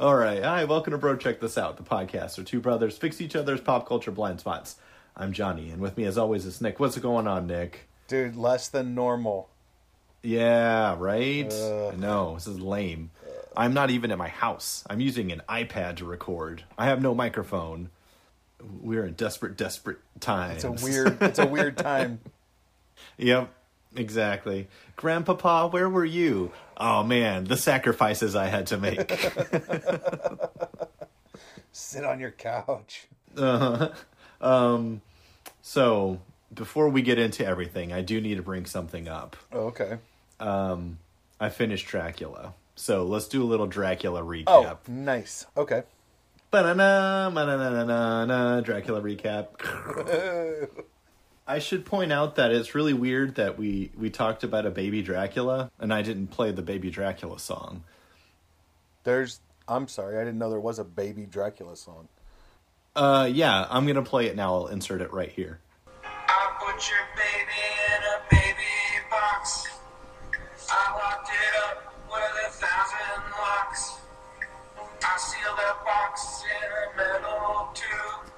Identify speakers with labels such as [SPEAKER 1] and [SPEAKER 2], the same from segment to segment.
[SPEAKER 1] All right. Hi, welcome to Bro Check This Out, the podcast where two brothers fix each other's pop culture blind spots. I'm Johnny, and with me, as always, is Nick. What's going on, Nick?
[SPEAKER 2] Dude, less than normal.
[SPEAKER 1] Yeah, right?
[SPEAKER 2] Uh.
[SPEAKER 1] I know. This is lame. I'm not even at my house. I'm using an iPad to record. I have no microphone. We're in desperate, desperate times.
[SPEAKER 2] It's a weird it's a weird time.
[SPEAKER 1] Yep, exactly. Grandpapa, where were you? Oh man, the sacrifices I had to make.
[SPEAKER 2] Sit on your couch.
[SPEAKER 1] so, before we get into everything, I do need to bring something up.
[SPEAKER 2] Oh, okay.
[SPEAKER 1] I finished Dracula. So, let's do a little Dracula recap.
[SPEAKER 2] Oh, nice. Okay.
[SPEAKER 1] Ba-na-na, ma-na-na-na-na-na, Dracula recap. I should point out that it's really weird that we we talked about a baby Dracula and I didn't play the baby Dracula song.
[SPEAKER 2] There's I'm sorry, I didn't know there was a baby Dracula song.
[SPEAKER 1] Uh yeah, I'm going to play it now. I'll insert it right here.
[SPEAKER 3] I put your baby in a baby box. I locked it up with a thousand locks. I sealed that box in a metal tube.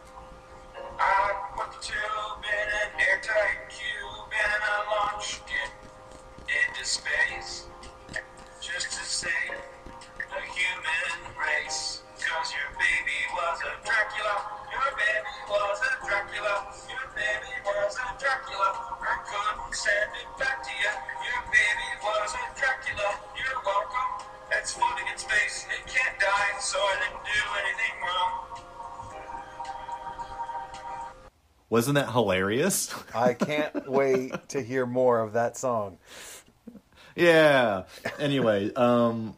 [SPEAKER 3] I put the tube in an airtight cube and I launched it into space just to save the human race. Cause your baby was a Dracula, your baby was a Dracula, your baby was a Dracula. I couldn't send it back to you. Your baby was a Dracula, you're welcome. It's floating in space and it can't die, so I didn't do anything wrong.
[SPEAKER 1] Wasn't that hilarious?
[SPEAKER 2] I can't wait to hear more of that song.
[SPEAKER 1] yeah. Anyway, um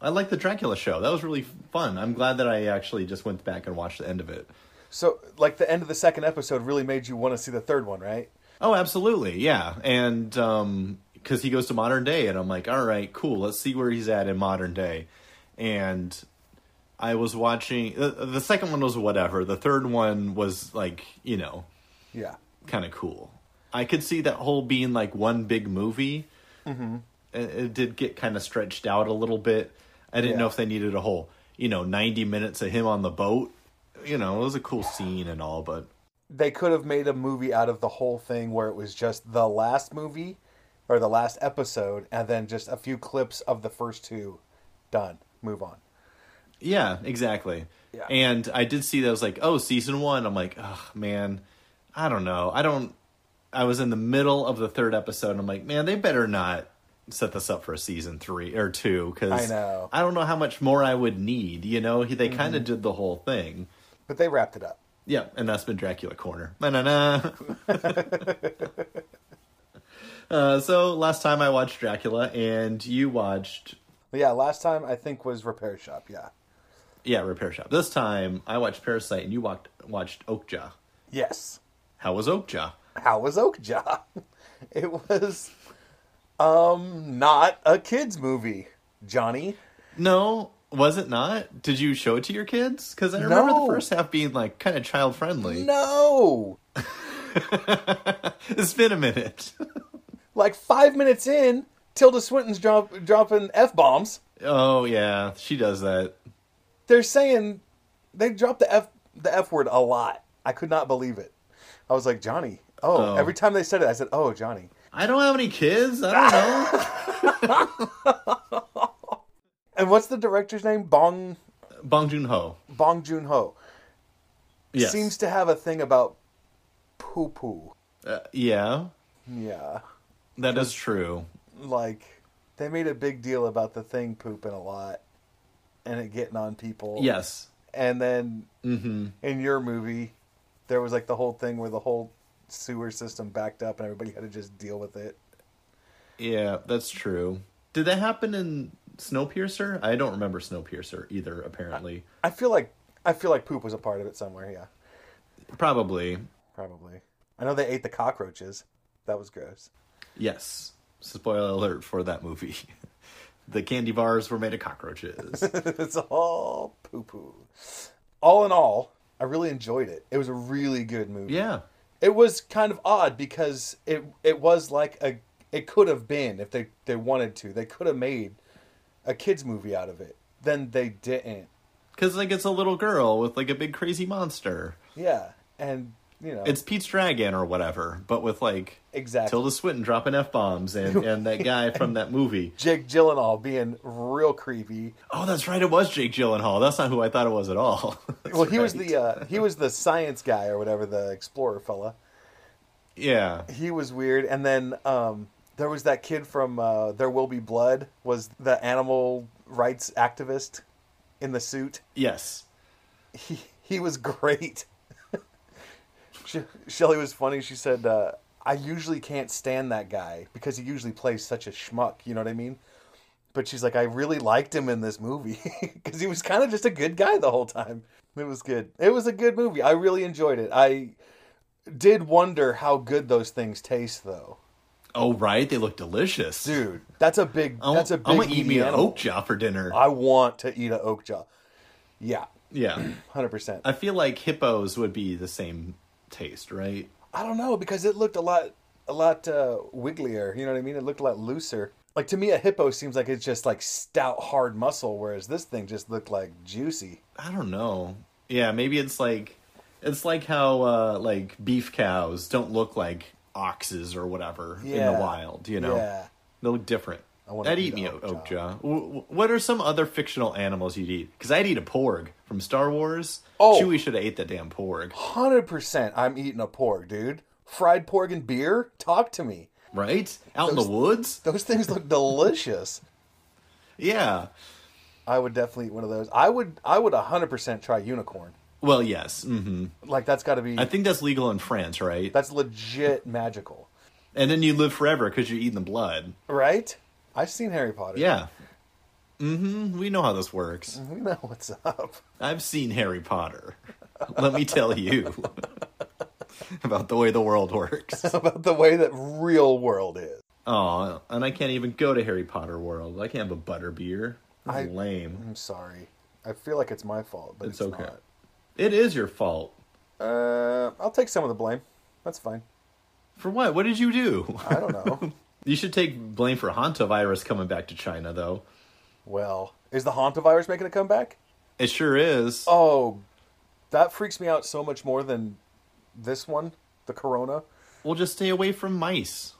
[SPEAKER 1] I like the Dracula show. That was really fun. I'm glad that I actually just went back and watched the end of it.
[SPEAKER 2] So, like the end of the second episode really made you want to see the third one, right?
[SPEAKER 1] Oh, absolutely. Yeah. And um cuz he goes to modern day and I'm like, "All right, cool. Let's see where he's at in modern day." And I was watching the, the second one was whatever. The third one was like, you know,
[SPEAKER 2] Yeah.
[SPEAKER 1] kind of cool. I could see that whole being like one big movie. Mm-hmm. It, it did get kind of stretched out a little bit. I didn't
[SPEAKER 2] Yeah.
[SPEAKER 1] know if they needed a whole, you know, 90 minutes of him on the boat. You know, it was a cool scene and all, but
[SPEAKER 2] They could have made a movie out of the whole thing where it was just the last movie or the last episode and then just a few clips of the first two. Done. Move on.
[SPEAKER 1] yeah, exactly.
[SPEAKER 2] Yeah.
[SPEAKER 1] And I did see that I was like, oh, season one. I'm like, oh, man, I don't know. I don't. I was in the middle of the third episode. And I'm like, man, they better not set this up for a season three or two because
[SPEAKER 2] I know. Mm-hmm.
[SPEAKER 1] I don't know how much more I would need. You know, He- they kind of did the whole thing.
[SPEAKER 2] But they wrapped it up.
[SPEAKER 1] Yeah, and that's been Dracula Corner. Na-na-na. uh, so last time I watched Dracula, and you watched
[SPEAKER 2] Yeah, last time I think was Repair Shop. Yeah.
[SPEAKER 1] yeah Repair Shop. This time I watched Parasite, and you walked, watched Oakja.
[SPEAKER 2] Yes.
[SPEAKER 1] How was Oakja?
[SPEAKER 2] How was Oakja? It was um not a kids movie, Johnny.
[SPEAKER 1] No, was it not? Did you show it to your kids? Because I remember
[SPEAKER 2] No.
[SPEAKER 1] the first half being like kind of child friendly.
[SPEAKER 2] No.
[SPEAKER 1] It's been a minute.
[SPEAKER 2] Like 5 minutes in, Tilda Swinton's drop, dropping F-bombs.
[SPEAKER 1] oh yeah, she does that.
[SPEAKER 2] They're saying they dropped the F the F word a lot. I could not believe it. I was like, "Johnny." Oh,
[SPEAKER 1] Oh.
[SPEAKER 2] every time they said it, I said, "Oh, Johnny."
[SPEAKER 1] I don't have any kids. I don't know.
[SPEAKER 2] And what's the director's name? Bong
[SPEAKER 1] Bong Joon Ho.
[SPEAKER 2] Bong Joon-ho.
[SPEAKER 1] Yes.
[SPEAKER 2] Seems to have a thing about poo poo.
[SPEAKER 1] Uh, yeah,
[SPEAKER 2] Yeah.
[SPEAKER 1] that is true.
[SPEAKER 2] like they made a big deal about the thing pooping a lot and it getting on people.
[SPEAKER 1] Yes.
[SPEAKER 2] And then in your movie, there was like the whole thing where the whole sewer system backed up and everybody had to just deal with it.
[SPEAKER 1] Yeah, that's true. Did that happen in Snowpiercer? I don't remember Snowpiercer either, apparently.
[SPEAKER 2] I feel like I feel like poop was a part of it somewhere. Yeah,
[SPEAKER 1] Probably.
[SPEAKER 2] probably. I know they ate the cockroaches. That was gross.
[SPEAKER 1] Yes. Spoiler alert for that movie. the candy bars were made of cockroaches.
[SPEAKER 2] it's all poo poo. All in all, I really enjoyed it. It was a really good movie.
[SPEAKER 1] yeah.
[SPEAKER 2] It was kind of odd because it it was like a it could have been if they they wanted to. They could have made a kids movie out of it, then they didn't.
[SPEAKER 1] Because like it's a little girl with like a big crazy monster.
[SPEAKER 2] Yeah, and you know,
[SPEAKER 1] It's Pete's Dragon or whatever, but with like
[SPEAKER 2] Exactly.
[SPEAKER 1] Tilda Swinton dropping f bombs and and that guy from that movie.
[SPEAKER 2] Jake Gyllenhaal being real creepy.
[SPEAKER 1] Oh, that's right. It was Jake Gyllenhaal. That's not who I thought it was at all. That's
[SPEAKER 2] well, he was
[SPEAKER 1] right.
[SPEAKER 2] the uh, he was the science guy or whatever the explorer fella.
[SPEAKER 1] yeah.
[SPEAKER 2] He was weird, and then um, there was that kid from uh, There Will Be Blood was the animal rights activist in the suit.
[SPEAKER 1] Yes.
[SPEAKER 2] He he was great. she, Shelly was funny. She said, uh, "I usually can't stand that guy because he usually plays such a schmuck." You know what I mean? But she's like, "I really liked him in this movie because he was kind of just a good guy the whole time." It was good. It was a good movie. I really enjoyed it. I did wonder how good those things taste, though,
[SPEAKER 1] Oh right, they look delicious,
[SPEAKER 2] dude. That's a big.
[SPEAKER 1] I'm,
[SPEAKER 2] that's a big.
[SPEAKER 1] I'm gonna eat
[SPEAKER 2] meaty
[SPEAKER 1] me an
[SPEAKER 2] animal.
[SPEAKER 1] oak jaw for dinner.
[SPEAKER 2] I want to eat an oak jaw. Yeah,
[SPEAKER 1] yeah.
[SPEAKER 2] hundred percent.
[SPEAKER 1] I feel like hippos would be the same taste, right?
[SPEAKER 2] I don't know because it looked a lot a lot uh, wigglier. You know what I mean? It looked a lot looser. Like to me, a hippo seems like it's just like stout, hard muscle, whereas this thing just looked like juicy.
[SPEAKER 1] I don't know. Yeah, maybe it's like it's like how uh like beef cows don't look like oxes or whatever in
[SPEAKER 2] Yeah.
[SPEAKER 1] the wild, you know.
[SPEAKER 2] Yeah,
[SPEAKER 1] They look different.
[SPEAKER 2] I wanna
[SPEAKER 1] I'd
[SPEAKER 2] eat
[SPEAKER 1] eat me
[SPEAKER 2] an
[SPEAKER 1] an
[SPEAKER 2] oak
[SPEAKER 1] oak
[SPEAKER 2] jaw.
[SPEAKER 1] jaw. W- w- What are some other fictional animals you'd eat? Because I'd eat a porg from Star Wars.
[SPEAKER 2] Oh.
[SPEAKER 1] Chewie should have ate that damn porg,
[SPEAKER 2] hundred percent. I'm eating a pork, dude. Fried pork and beer. Talk to me.
[SPEAKER 1] right? Out in
[SPEAKER 2] Those-
[SPEAKER 1] the woods.
[SPEAKER 2] Those things look delicious.
[SPEAKER 1] Yeah.
[SPEAKER 2] I would definitely eat one of those. I would. I would hundred percent try unicorn.
[SPEAKER 1] Well, yes. hmm
[SPEAKER 2] Like that's got to be.
[SPEAKER 1] I think that's legal in France, right?
[SPEAKER 2] that's legit magical,
[SPEAKER 1] And then you live forever because you're eating the blood.
[SPEAKER 2] right? I've seen Harry Potter.
[SPEAKER 1] Yeah. hmm We know how this works.
[SPEAKER 2] we know what's up.
[SPEAKER 1] I've seen Harry Potter. Let me tell you about the way the world works.
[SPEAKER 2] about the way that real world is.
[SPEAKER 1] Oh, and I can't even go to Harry Potter World. I can't have a butter beer. That's
[SPEAKER 2] I-
[SPEAKER 1] lame.
[SPEAKER 2] I'm sorry. I feel like it's my fault, but
[SPEAKER 1] It's
[SPEAKER 2] it's,
[SPEAKER 1] okay. It is your fault.
[SPEAKER 2] not. Uh, I'll take some of the blame. That's fine.
[SPEAKER 1] For what? What did you do?
[SPEAKER 2] I don't know.
[SPEAKER 1] You should take blame for hantavirus coming back to China, though.
[SPEAKER 2] well, is the Hantavirus making a comeback?
[SPEAKER 1] It sure is.
[SPEAKER 2] Oh, that freaks me out so much more than this one, the Corona.
[SPEAKER 1] We'll just stay away from mice.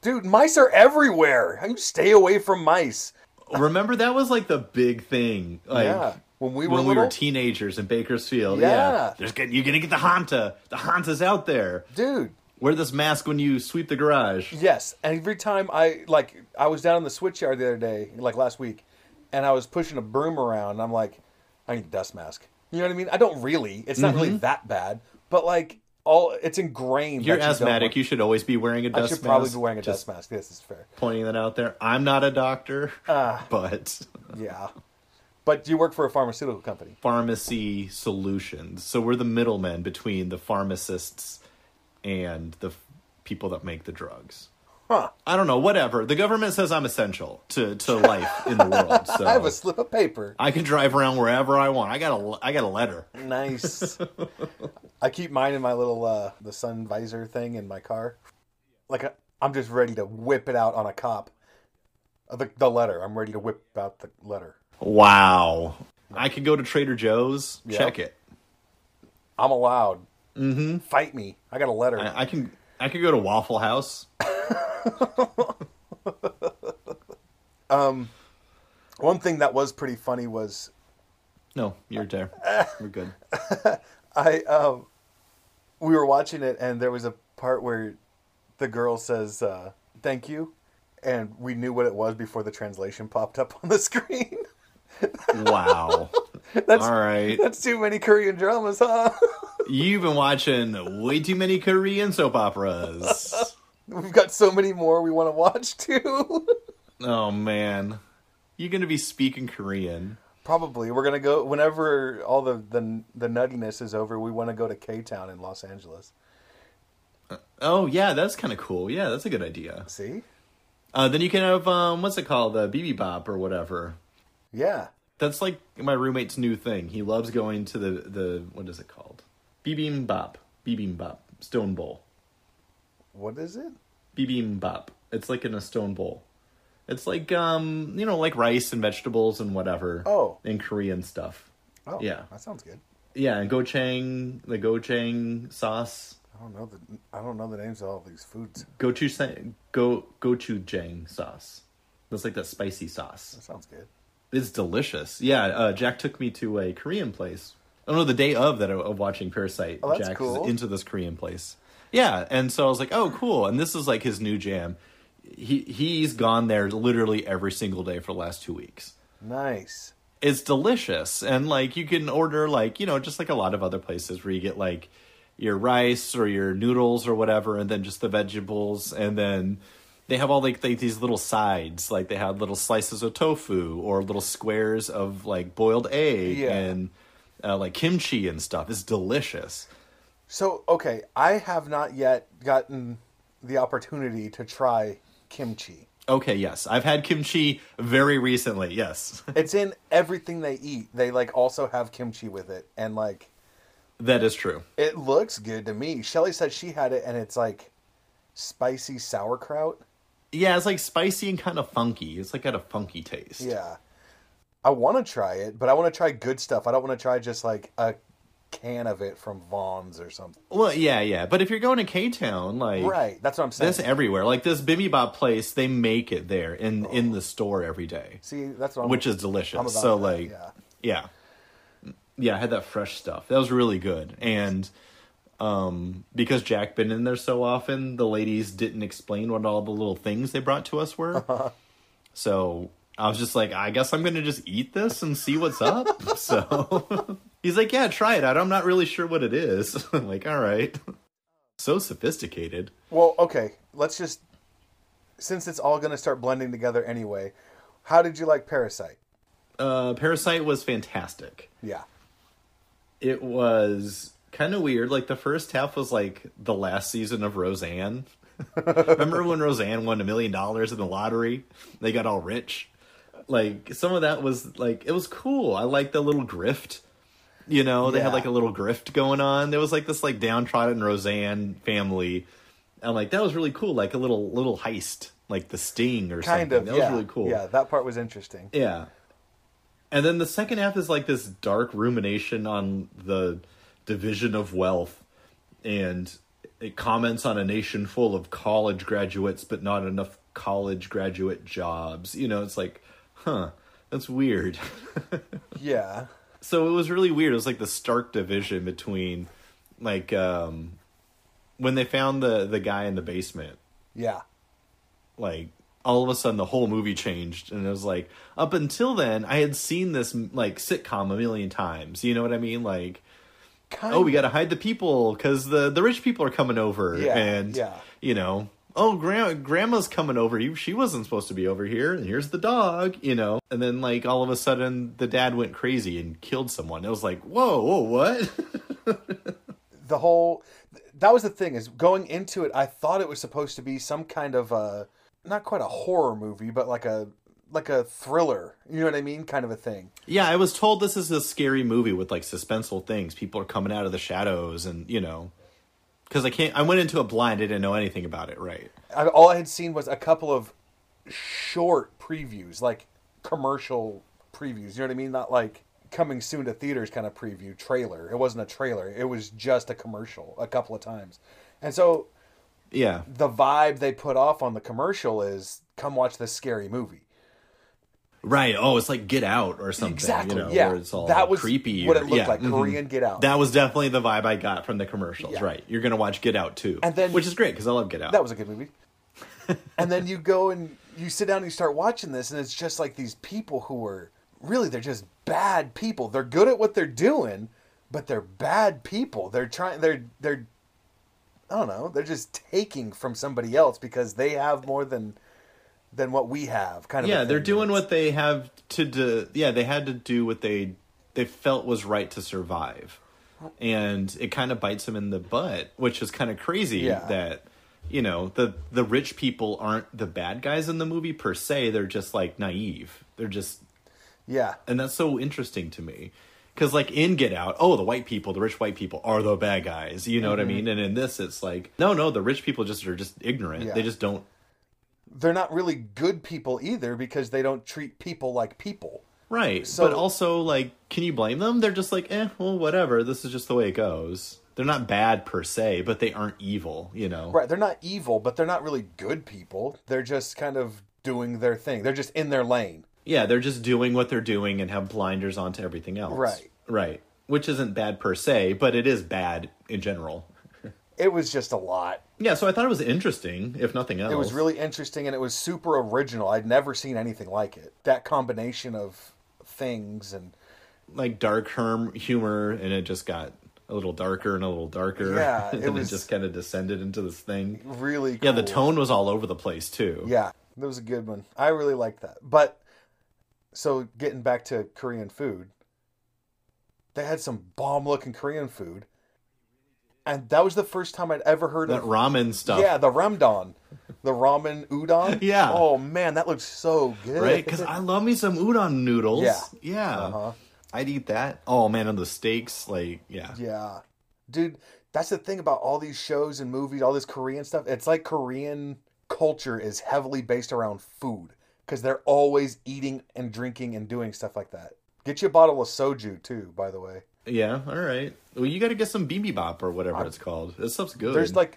[SPEAKER 2] Dude, mice are everywhere. How do you stay away from mice?
[SPEAKER 1] Remember that was like the big thing. Like
[SPEAKER 2] Yeah, when we were
[SPEAKER 1] when we were
[SPEAKER 2] little.
[SPEAKER 1] teenagers in Bakersfield. Yeah.
[SPEAKER 2] Yeah.
[SPEAKER 1] There's gonna, you're gonna get the Hanta. The Hanta's out there.
[SPEAKER 2] Dude,
[SPEAKER 1] Wear this mask when you sweep the garage.
[SPEAKER 2] Yes, and every time I like, I was down in the switch yard the other day, like last week, and I was pushing a broom around. And I'm like, I need a dust mask. You know what I mean? I don't really. It's not really that bad, but like all, it's ingrained.
[SPEAKER 1] Mm-hmm. You're
[SPEAKER 2] that you don't
[SPEAKER 1] asthmatic,
[SPEAKER 2] want-
[SPEAKER 1] you should always be wearing a
[SPEAKER 2] I
[SPEAKER 1] dust
[SPEAKER 2] should
[SPEAKER 1] mask.
[SPEAKER 2] probably be wearing a
[SPEAKER 1] Just
[SPEAKER 2] dust mask. Ah. This is fair.
[SPEAKER 1] pointing that out there. I'm not a doctor, but
[SPEAKER 2] Yeah, but you work for a pharmaceutical company.
[SPEAKER 1] pharmacy solutions. So we're the middlemen between the pharmacists and the f- people that make the drugs.
[SPEAKER 2] Huh.
[SPEAKER 1] I don't know, whatever. The government says I'm essential to, to life in the world. So
[SPEAKER 2] I have a slip of paper.
[SPEAKER 1] I can drive around wherever I want. I got a I got a letter.
[SPEAKER 2] Nice. I keep mine in my little uh, the sun visor thing in my car. Like I, I'm just ready to whip it out on a cop. Uh, The the letter. I'm ready to whip out the letter.
[SPEAKER 1] Wow. I could go to Trader Joe's,
[SPEAKER 2] Yeah.
[SPEAKER 1] check it.
[SPEAKER 2] I'm allowed. Mm-hmm. Fight me. I got a letter.
[SPEAKER 1] I, I can I could go to Waffle House.
[SPEAKER 2] One thing that was pretty funny was
[SPEAKER 1] No, you're there. We're good.
[SPEAKER 2] I um we were watching it and there was a part where the girl says uh, thank you, and we knew what it was before the translation popped up on the screen.
[SPEAKER 1] Wow.
[SPEAKER 2] That's
[SPEAKER 1] All right.
[SPEAKER 2] that's too many Korean dramas, huh?
[SPEAKER 1] You've been watching way too many Korean soap operas.
[SPEAKER 2] We've got so many more we want to watch too.
[SPEAKER 1] oh man, you're gonna be speaking Korean.
[SPEAKER 2] Probably we're gonna go whenever all the the, the nuttiness is over. We want to go to K Town in Los Angeles.
[SPEAKER 1] Oh yeah, that's kind of cool. Yeah, that's a good idea.
[SPEAKER 2] See?
[SPEAKER 1] Uh, then you can have um, what's it called, the BB Bop or whatever.
[SPEAKER 2] Yeah.
[SPEAKER 1] That's like my roommate's new thing. He loves going to the the what is it called, Bibim Bop, Bibim Bop, Stone Bowl,
[SPEAKER 2] What is it?
[SPEAKER 1] Bibim Bop. It's like in a stone bowl. It's like um, you know, like rice and vegetables and whatever.
[SPEAKER 2] Oh.
[SPEAKER 1] and Korean stuff.
[SPEAKER 2] Oh,
[SPEAKER 1] Yeah.
[SPEAKER 2] that sounds good.
[SPEAKER 1] Yeah, and gochang, the gochang sauce,
[SPEAKER 2] I don't know the I don't know the names of all these foods.
[SPEAKER 1] gochujang, go gochujang sauce. That's like that spicy sauce.
[SPEAKER 2] That sounds good.
[SPEAKER 1] It's delicious. Yeah, uh, Jack took me to a Korean place. I don't know the day of that of of watching Parasite.
[SPEAKER 2] Oh, that's
[SPEAKER 1] Jack
[SPEAKER 2] cool.
[SPEAKER 1] is into this Korean place. Yeah, and so I was like, oh, cool. And this is like his new jam. He he's gone there literally every single day for the last two weeks.
[SPEAKER 2] Nice.
[SPEAKER 1] It's delicious, and like you can order like you know just like a lot of other places where you get like your rice or your noodles or whatever, and then just the vegetables, and then. They have all like they, these little sides, like they have little slices of tofu or little squares of like boiled egg
[SPEAKER 2] Yeah.
[SPEAKER 1] and uh, like kimchi and stuff. It's delicious.
[SPEAKER 2] So, okay, I have not yet gotten the opportunity to try kimchi.
[SPEAKER 1] Okay, yes. I've had kimchi very recently. Yes.
[SPEAKER 2] It's in everything they eat. They like also have kimchi with it and like
[SPEAKER 1] that is true.
[SPEAKER 2] it looks good to me. Shelly said she had it and it's like spicy sauerkraut.
[SPEAKER 1] Yeah, it's like spicy and kind of funky. It's like got a funky taste.
[SPEAKER 2] Yeah. I want to try it, but I want to try good stuff. I don't want to try just like a can of it from Vaughn's or something.
[SPEAKER 1] Well, yeah, yeah. But if you're going to K Town, like
[SPEAKER 2] Right. That's what I'm saying.
[SPEAKER 1] that's everywhere. Like this bibimbap place, they make it there in in
[SPEAKER 2] Oh.
[SPEAKER 1] the store every day,
[SPEAKER 2] See, that's what I'm
[SPEAKER 1] which is
[SPEAKER 2] I'm
[SPEAKER 1] delicious.
[SPEAKER 2] about
[SPEAKER 1] So
[SPEAKER 2] that,
[SPEAKER 1] like,
[SPEAKER 2] yeah.
[SPEAKER 1] yeah. yeah, I had that fresh stuff. That was really good. And um, because Jack been in there so often, the ladies didn't explain what all the little things they brought to us were. So I was just like, I guess I'm gonna just eat this and see what's up. so he's like, Yeah, try it out. I'm not really sure what it is. I'm like, all right. So sophisticated.
[SPEAKER 2] Well, okay, let's just since it's all going to start blending together anyway. How did you like Parasite?
[SPEAKER 1] Uh, Parasite was fantastic.
[SPEAKER 2] Yeah.
[SPEAKER 1] It was kind of weird. Like the first half was like the last season of Roseanne. Remember when Roseanne won a million dollars in the lottery? They got all rich. Like some of that was like it was cool. I liked the little grift. You know, they
[SPEAKER 2] Yeah.
[SPEAKER 1] had like a little grift going on. There was like this like downtrodden Roseanne family. And like that was really cool, like a little little heist, like the sting or
[SPEAKER 2] Kind
[SPEAKER 1] something.
[SPEAKER 2] of.
[SPEAKER 1] That
[SPEAKER 2] yeah.
[SPEAKER 1] was really cool.
[SPEAKER 2] Yeah, that part was interesting.
[SPEAKER 1] Yeah. And then the second half is like this dark rumination on the division of wealth and it comments on a nation full of college graduates but not enough college graduate jobs. You know, it's like, huh, that's weird.
[SPEAKER 2] Yeah.
[SPEAKER 1] so it was really weird. It was like the stark division between like um when they found the the guy in the basement
[SPEAKER 2] Yeah.
[SPEAKER 1] like all of a sudden the whole movie changed and it was like up until then i had seen this like sitcom a million times you know what i mean like
[SPEAKER 2] Kind
[SPEAKER 1] oh we gotta hide the people because the the rich people are coming over
[SPEAKER 2] Yeah,
[SPEAKER 1] and
[SPEAKER 2] yeah.
[SPEAKER 1] you know oh grand grandma's coming over you she wasn't supposed to be over here and here's the dog you know and then like all of a sudden the dad went crazy and killed someone it was like whoa whoa what
[SPEAKER 2] the whole that was the thing is going into it I thought it was supposed to be some kind of a not quite a horror movie, but like a like a thriller. You know what I mean? Kind of a thing.
[SPEAKER 1] yeah i was told this is a scary movie with like suspenseful things people are coming out of the shadows and you know because i can't i went into it blind i didn't know anything about it right
[SPEAKER 2] I, all I had seen was a couple of short previews, like commercial previews. You know what I mean? Not like coming soon to theaters kind of preview trailer. It wasn't a trailer. It was just a commercial a couple of times. And so
[SPEAKER 1] yeah
[SPEAKER 2] the vibe they put off on the commercial is come watch this scary movie.
[SPEAKER 1] right oh it's like get out or something
[SPEAKER 2] Exactly.
[SPEAKER 1] you know
[SPEAKER 2] yeah.
[SPEAKER 1] where it's all
[SPEAKER 2] that was
[SPEAKER 1] creepy
[SPEAKER 2] what
[SPEAKER 1] or-
[SPEAKER 2] it looked
[SPEAKER 1] yeah,
[SPEAKER 2] like.
[SPEAKER 1] mhm.
[SPEAKER 2] Korean Get Out.
[SPEAKER 1] that was definitely the vibe i got from the commercials
[SPEAKER 2] Yeah.
[SPEAKER 1] right you're gonna watch get out too
[SPEAKER 2] And then-
[SPEAKER 1] which is great because i love get out
[SPEAKER 2] That was a good movie. and then you go and you sit down and you start watching this, and it's just like these people who are really they're just bad people. They're good at what they're doing, but they're bad people. They're trying. They're they're I don't know. They're just taking from somebody else because they have more than than what we have. Kind of. a
[SPEAKER 1] yeah they're
[SPEAKER 2] thing.
[SPEAKER 1] doing what they have to do yeah they had to do what they they felt was right to survive and it kind of bites them in the butt which is kind of crazy
[SPEAKER 2] Yeah.
[SPEAKER 1] that you know the the rich people aren't the bad guys in the movie per se they're just like naive they're just
[SPEAKER 2] Yeah.
[SPEAKER 1] and that's so interesting to me because like in get out oh the white people the rich white people are the bad
[SPEAKER 2] Mm-hmm.
[SPEAKER 1] guys you know what i mean and in this it's like no no the rich people just are just ignorant
[SPEAKER 2] Yeah.
[SPEAKER 1] they just don't
[SPEAKER 2] they're not really good people either because they don't treat people like people.
[SPEAKER 1] Right.
[SPEAKER 2] So-
[SPEAKER 1] but also, like, can you blame them? They're just like, eh, well, whatever. This is just the way it goes. They're not bad per se, but they aren't evil, you know?
[SPEAKER 2] Right, they're not evil, but they're not really good people. They're just kind of doing their thing. They're just in their lane.
[SPEAKER 1] Yeah, they're just doing what they're doing and have blinders onto everything else.
[SPEAKER 2] Right.
[SPEAKER 1] Right. Which isn't bad per se, but it is bad in general.
[SPEAKER 2] It was just a lot.
[SPEAKER 1] Yeah, so I thought it was interesting, if nothing else.
[SPEAKER 2] It was really interesting and it was super original. I'd never seen anything like it. That combination of things and
[SPEAKER 1] like dark herm humor, and it just got a little darker and a little darker.
[SPEAKER 2] Yeah, it
[SPEAKER 1] and
[SPEAKER 2] was-
[SPEAKER 1] it just kind of descended into this thing.
[SPEAKER 2] really
[SPEAKER 1] Yeah, the
[SPEAKER 2] cool.
[SPEAKER 1] tone was all over the place too.
[SPEAKER 2] Yeah, that was a good one. I really liked that. But so getting back to Korean food, they had some bomb looking Korean food. And that was the first time I'd ever heard
[SPEAKER 1] that
[SPEAKER 2] of
[SPEAKER 1] ramen stuff.
[SPEAKER 2] Yeah, the ramdon. The ramen udon.
[SPEAKER 1] Yeah.
[SPEAKER 2] Oh man, that looks so good.
[SPEAKER 1] right? Because I love me some udon noodles.
[SPEAKER 2] Yeah.
[SPEAKER 1] yeah.
[SPEAKER 2] Uh-huh.
[SPEAKER 1] I'd eat that. Oh man, and the steaks, like yeah,
[SPEAKER 2] Yeah. Dude, that's the thing about all these shows and movies, all this Korean stuff. It's like Korean culture is heavily based around food because they're always eating and drinking and doing stuff like that. Get you a bottle of soju too, by the way.
[SPEAKER 1] yeah. All right. Well, you got to get some bibimbap or whatever it's called. This stuff's good.
[SPEAKER 2] There's like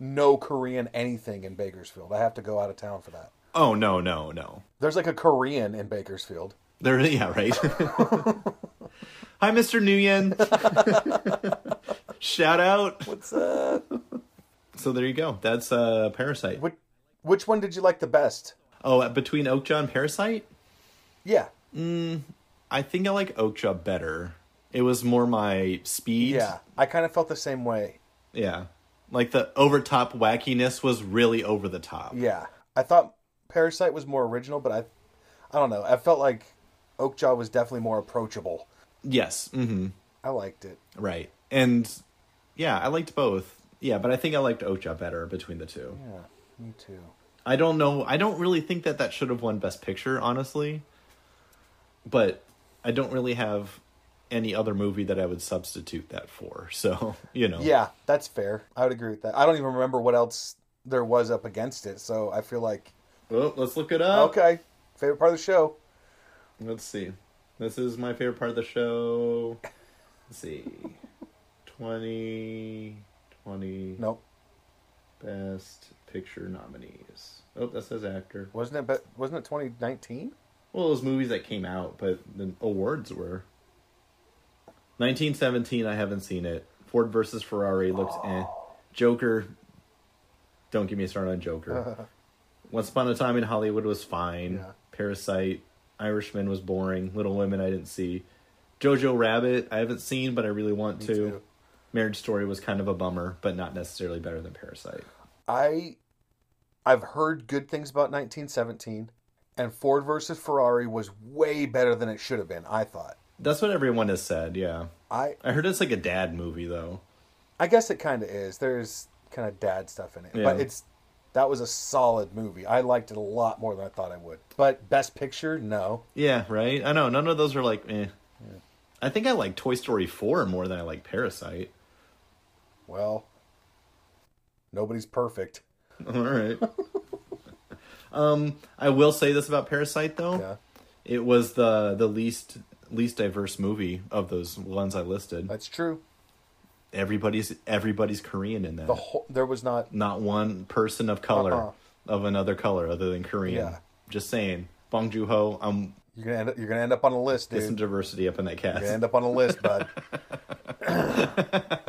[SPEAKER 2] no Korean anything in Bakersfield. I have to go out of town for that.
[SPEAKER 1] oh no no no.
[SPEAKER 2] There's like a Korean in Bakersfield.
[SPEAKER 1] There yeah right. Hi, Mister Nguyen. Shout out.
[SPEAKER 2] What's up?
[SPEAKER 1] So there you go. That's uh, Parasite.
[SPEAKER 2] Which, which one did you like the best?
[SPEAKER 1] Oh, between Oakja and Parasite,
[SPEAKER 2] Yeah.
[SPEAKER 1] I think I like Oakja better. It was more my speed.
[SPEAKER 2] Yeah. I kind of felt the same way.
[SPEAKER 1] Yeah. Like the overtop wackiness was really over the top.
[SPEAKER 2] Yeah, I thought Parasite was more original, but I, I don't know. I felt like Oakjaw was definitely more approachable.
[SPEAKER 1] Yes. hmm
[SPEAKER 2] I liked it.
[SPEAKER 1] Right. And yeah, I liked both. Yeah, but I think I liked Ocha better between the two.
[SPEAKER 2] Yeah, me too.
[SPEAKER 1] I don't know. I don't really think that that should have won Best Picture, honestly. But I don't really have any other movie that I would substitute that for. So, you know.
[SPEAKER 2] Yeah, that's fair. I would agree with that. I don't even remember what else there was up against it, so I feel like
[SPEAKER 1] Well, Oh, let's look it up.
[SPEAKER 2] okay, favorite part of the show.
[SPEAKER 1] Let's see. This is my favorite part of the show. Let's see. 20, 20
[SPEAKER 2] Nope,
[SPEAKER 1] best picture nominees. Oh, that says actor.
[SPEAKER 2] wasn't it? But wasn't it twenty nineteen?
[SPEAKER 1] Well, those movies that came out, but the awards were 1917. I haven't seen it. Ford versus Ferrari looks eh. Joker. Don't give me a start on Joker. Once upon a time in Hollywood was fine.
[SPEAKER 2] Yeah.
[SPEAKER 1] Parasite, Irishman was boring. Little Women I didn't see. Jojo Rabbit I haven't seen, but I really want to.
[SPEAKER 2] too.
[SPEAKER 1] Marriage Story was kind of a bummer, but not necessarily better than Parasite.
[SPEAKER 2] I, I've heard good things about nineteen seventeen, and Ford versus Ferrari was way better than it should have been. I thought.
[SPEAKER 1] That's what everyone has said. Yeah,
[SPEAKER 2] I
[SPEAKER 1] I heard it's like a dad movie though.
[SPEAKER 2] I guess it kind of is. There's kind of dad stuff in it,
[SPEAKER 1] Yeah.
[SPEAKER 2] but it's that was a solid movie. I liked it a lot more than I thought I would. But best picture, no.
[SPEAKER 1] Yeah, right. I know none of those are like. Eh. I think I like Toy Story four more than I like Parasite.
[SPEAKER 2] Well, nobody's perfect.
[SPEAKER 1] All right. um, I will say this about Parasite though.
[SPEAKER 2] Yeah,
[SPEAKER 1] It was the the least least diverse movie of those ones I listed.
[SPEAKER 2] that's true.
[SPEAKER 1] Everybody's everybody's Korean in that.
[SPEAKER 2] The whole there was not.
[SPEAKER 1] Not one person of color
[SPEAKER 2] Uh-uh.
[SPEAKER 1] of another color other than Korean.
[SPEAKER 2] Yeah.
[SPEAKER 1] Just saying. Bong Joon Ho, I'm
[SPEAKER 2] You're gonna end up, you're gonna end up on a list,
[SPEAKER 1] get
[SPEAKER 2] dude.
[SPEAKER 1] some diversity up in that
[SPEAKER 2] You're gonna
[SPEAKER 1] cast.
[SPEAKER 2] end up on a list, bud.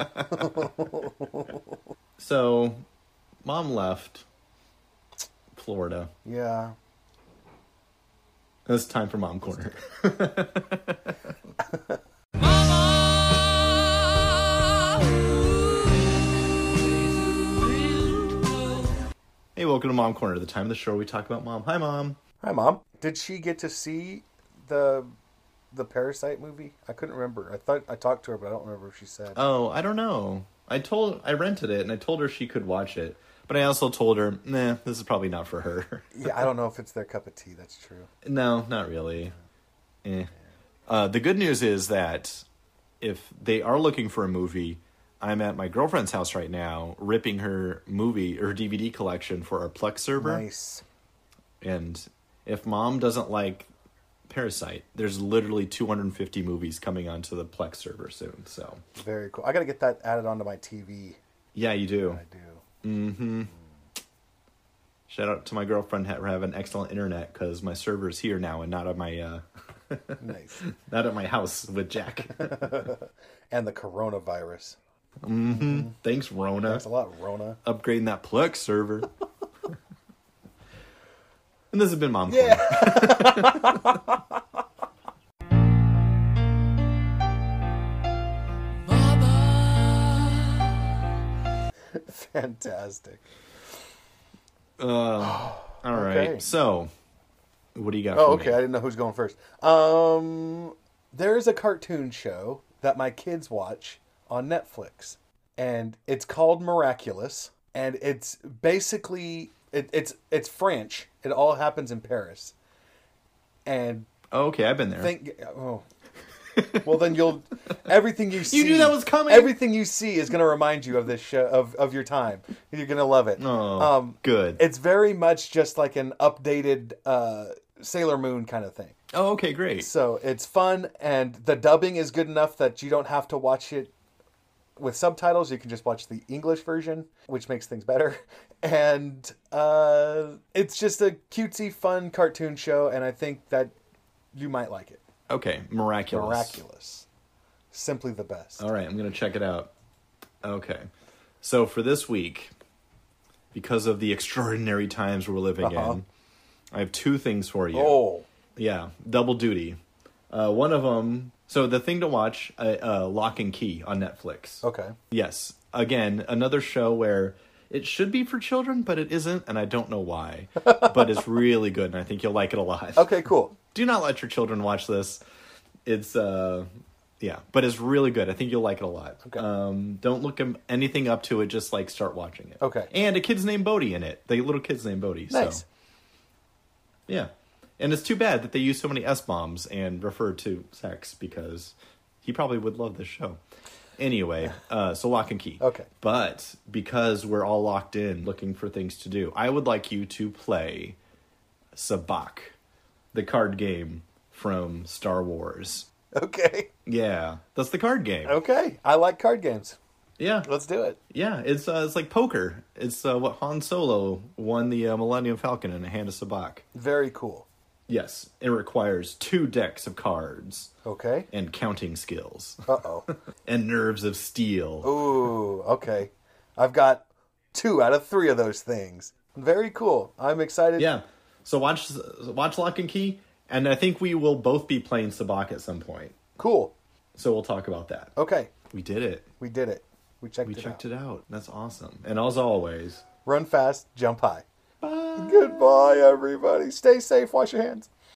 [SPEAKER 1] So, mom left Florida.
[SPEAKER 2] yeah.
[SPEAKER 1] It's time for Mom Corner.
[SPEAKER 4] Mama, ooh, it's a real world.
[SPEAKER 1] hey, welcome to Mom Corner, the time of the show where we talk about mom. Hi, Mom.
[SPEAKER 2] Hi, mom. Did she get to see the the Parasite movie? I couldn't remember. I thought I talked to her, but I don't remember if she said.
[SPEAKER 1] Oh, I don't know. I told I rented it and I told her she could watch it, but I also told her, nah, this is probably not for her.
[SPEAKER 2] yeah, I don't know if it's their cup of tea. That's true.
[SPEAKER 1] no, not really. Eh. Uh, the good news is that if they are looking for a movie, I'm at my girlfriend's house right now, ripping her movie her DVD collection for our Plex server.
[SPEAKER 2] Nice.
[SPEAKER 1] And if mom doesn't like Parasite, there's literally 250 movies coming onto the Plex server soon. So,
[SPEAKER 2] Very cool. I gotta get that added onto my TV.
[SPEAKER 1] yeah, you do.
[SPEAKER 2] I do.
[SPEAKER 1] Shout out to my girlfriend for having excellent internet because my server's here now and not at my uh,
[SPEAKER 2] Nice.
[SPEAKER 1] not at my house with Jack.
[SPEAKER 2] And the coronavirus.
[SPEAKER 1] Thanks, Rona.
[SPEAKER 2] Thanks a lot, Rona.
[SPEAKER 1] upgrading that Plex server. and this has been Mom Corner.
[SPEAKER 2] Yeah.
[SPEAKER 4] Mama.
[SPEAKER 2] Fantastic.
[SPEAKER 1] All right.
[SPEAKER 2] Okay.
[SPEAKER 1] So, what do you got?
[SPEAKER 2] Oh,
[SPEAKER 1] for
[SPEAKER 2] okay. I
[SPEAKER 1] Me?
[SPEAKER 2] didn't know who's going first. Um, there is a cartoon show that my kids watch on Netflix, and it's called Miraculous, and it's basically it, it's it's French. It all happens in Paris, and
[SPEAKER 1] Okay, I've been there.
[SPEAKER 2] think oh. Well then, you'll everything you see.
[SPEAKER 1] knew that was coming.
[SPEAKER 2] Everything you see is going to remind you of this show of, of your time. You're going to love it. Um,
[SPEAKER 1] oh, good.
[SPEAKER 2] It's very much just like an updated uh, Sailor Moon kind of thing.
[SPEAKER 1] oh, okay, great.
[SPEAKER 2] So it's fun, and the dubbing is good enough that you don't have to watch it with subtitles. You can just watch the English version, which makes things better. And uh, it's just a cutesy, fun cartoon show, and I think that you might like it.
[SPEAKER 1] Okay, miraculous.
[SPEAKER 2] Miraculous. Simply the best.
[SPEAKER 1] All right, I'm gonna check it out. Okay, so for this week, because of the extraordinary times we're living
[SPEAKER 2] Uh-huh.
[SPEAKER 1] in, I have two things for you.
[SPEAKER 2] Oh,
[SPEAKER 1] Yeah, double duty. Uh, one of them. So the thing to watch, uh, uh, Lock and Key on Netflix.
[SPEAKER 2] okay.
[SPEAKER 1] Yes. Again, another show where it should be for children, but it isn't, and I don't know why. but it's really good, and I think you'll like it a lot.
[SPEAKER 2] Okay, cool.
[SPEAKER 1] Do not let your children watch this. It's uh, yeah, but it's really good. I think you'll like it a lot.
[SPEAKER 2] Okay.
[SPEAKER 1] Um, don't look em- anything up to it. Just like start watching it.
[SPEAKER 2] Okay.
[SPEAKER 1] And a kid's named Bodhi in it. The little kid's named Bodhi.
[SPEAKER 2] Nice.
[SPEAKER 1] So yeah, and it's too bad that they use so many s bombs and refer to sex because he probably would love this show. Anyway, uh, so lock and key.
[SPEAKER 2] Okay.
[SPEAKER 1] But because we're all locked in looking for things to do, I would like you to play Sabak, the card game from Star Wars.
[SPEAKER 2] Okay.
[SPEAKER 1] Yeah, that's the card game.
[SPEAKER 2] Okay. I like card games.
[SPEAKER 1] Yeah,
[SPEAKER 2] Let's do it.
[SPEAKER 1] yeah. It's uh, it's like poker. It's uh, what Han Solo won the uh, Millennium Falcon in a hand of Sabak.
[SPEAKER 2] Very cool.
[SPEAKER 1] Yes, it requires two decks of cards
[SPEAKER 2] Okay.
[SPEAKER 1] and counting skills
[SPEAKER 2] Uh oh.
[SPEAKER 1] and nerves of steel.
[SPEAKER 2] Ooh, okay. I've got two out of three of those things. Very cool. I'm excited.
[SPEAKER 1] Yeah. So watch watch Lock and Key, and I think we will both be playing Sabak at some point.
[SPEAKER 2] Cool.
[SPEAKER 1] So we'll talk about that.
[SPEAKER 2] Okay.
[SPEAKER 1] We did it.
[SPEAKER 2] We did it. We checked
[SPEAKER 1] We
[SPEAKER 2] Oh. it
[SPEAKER 1] checked
[SPEAKER 2] out.
[SPEAKER 1] it out. That's awesome. And as always.
[SPEAKER 2] Run fast, jump high. Goodbye, everybody. Stay safe. Wash your hands.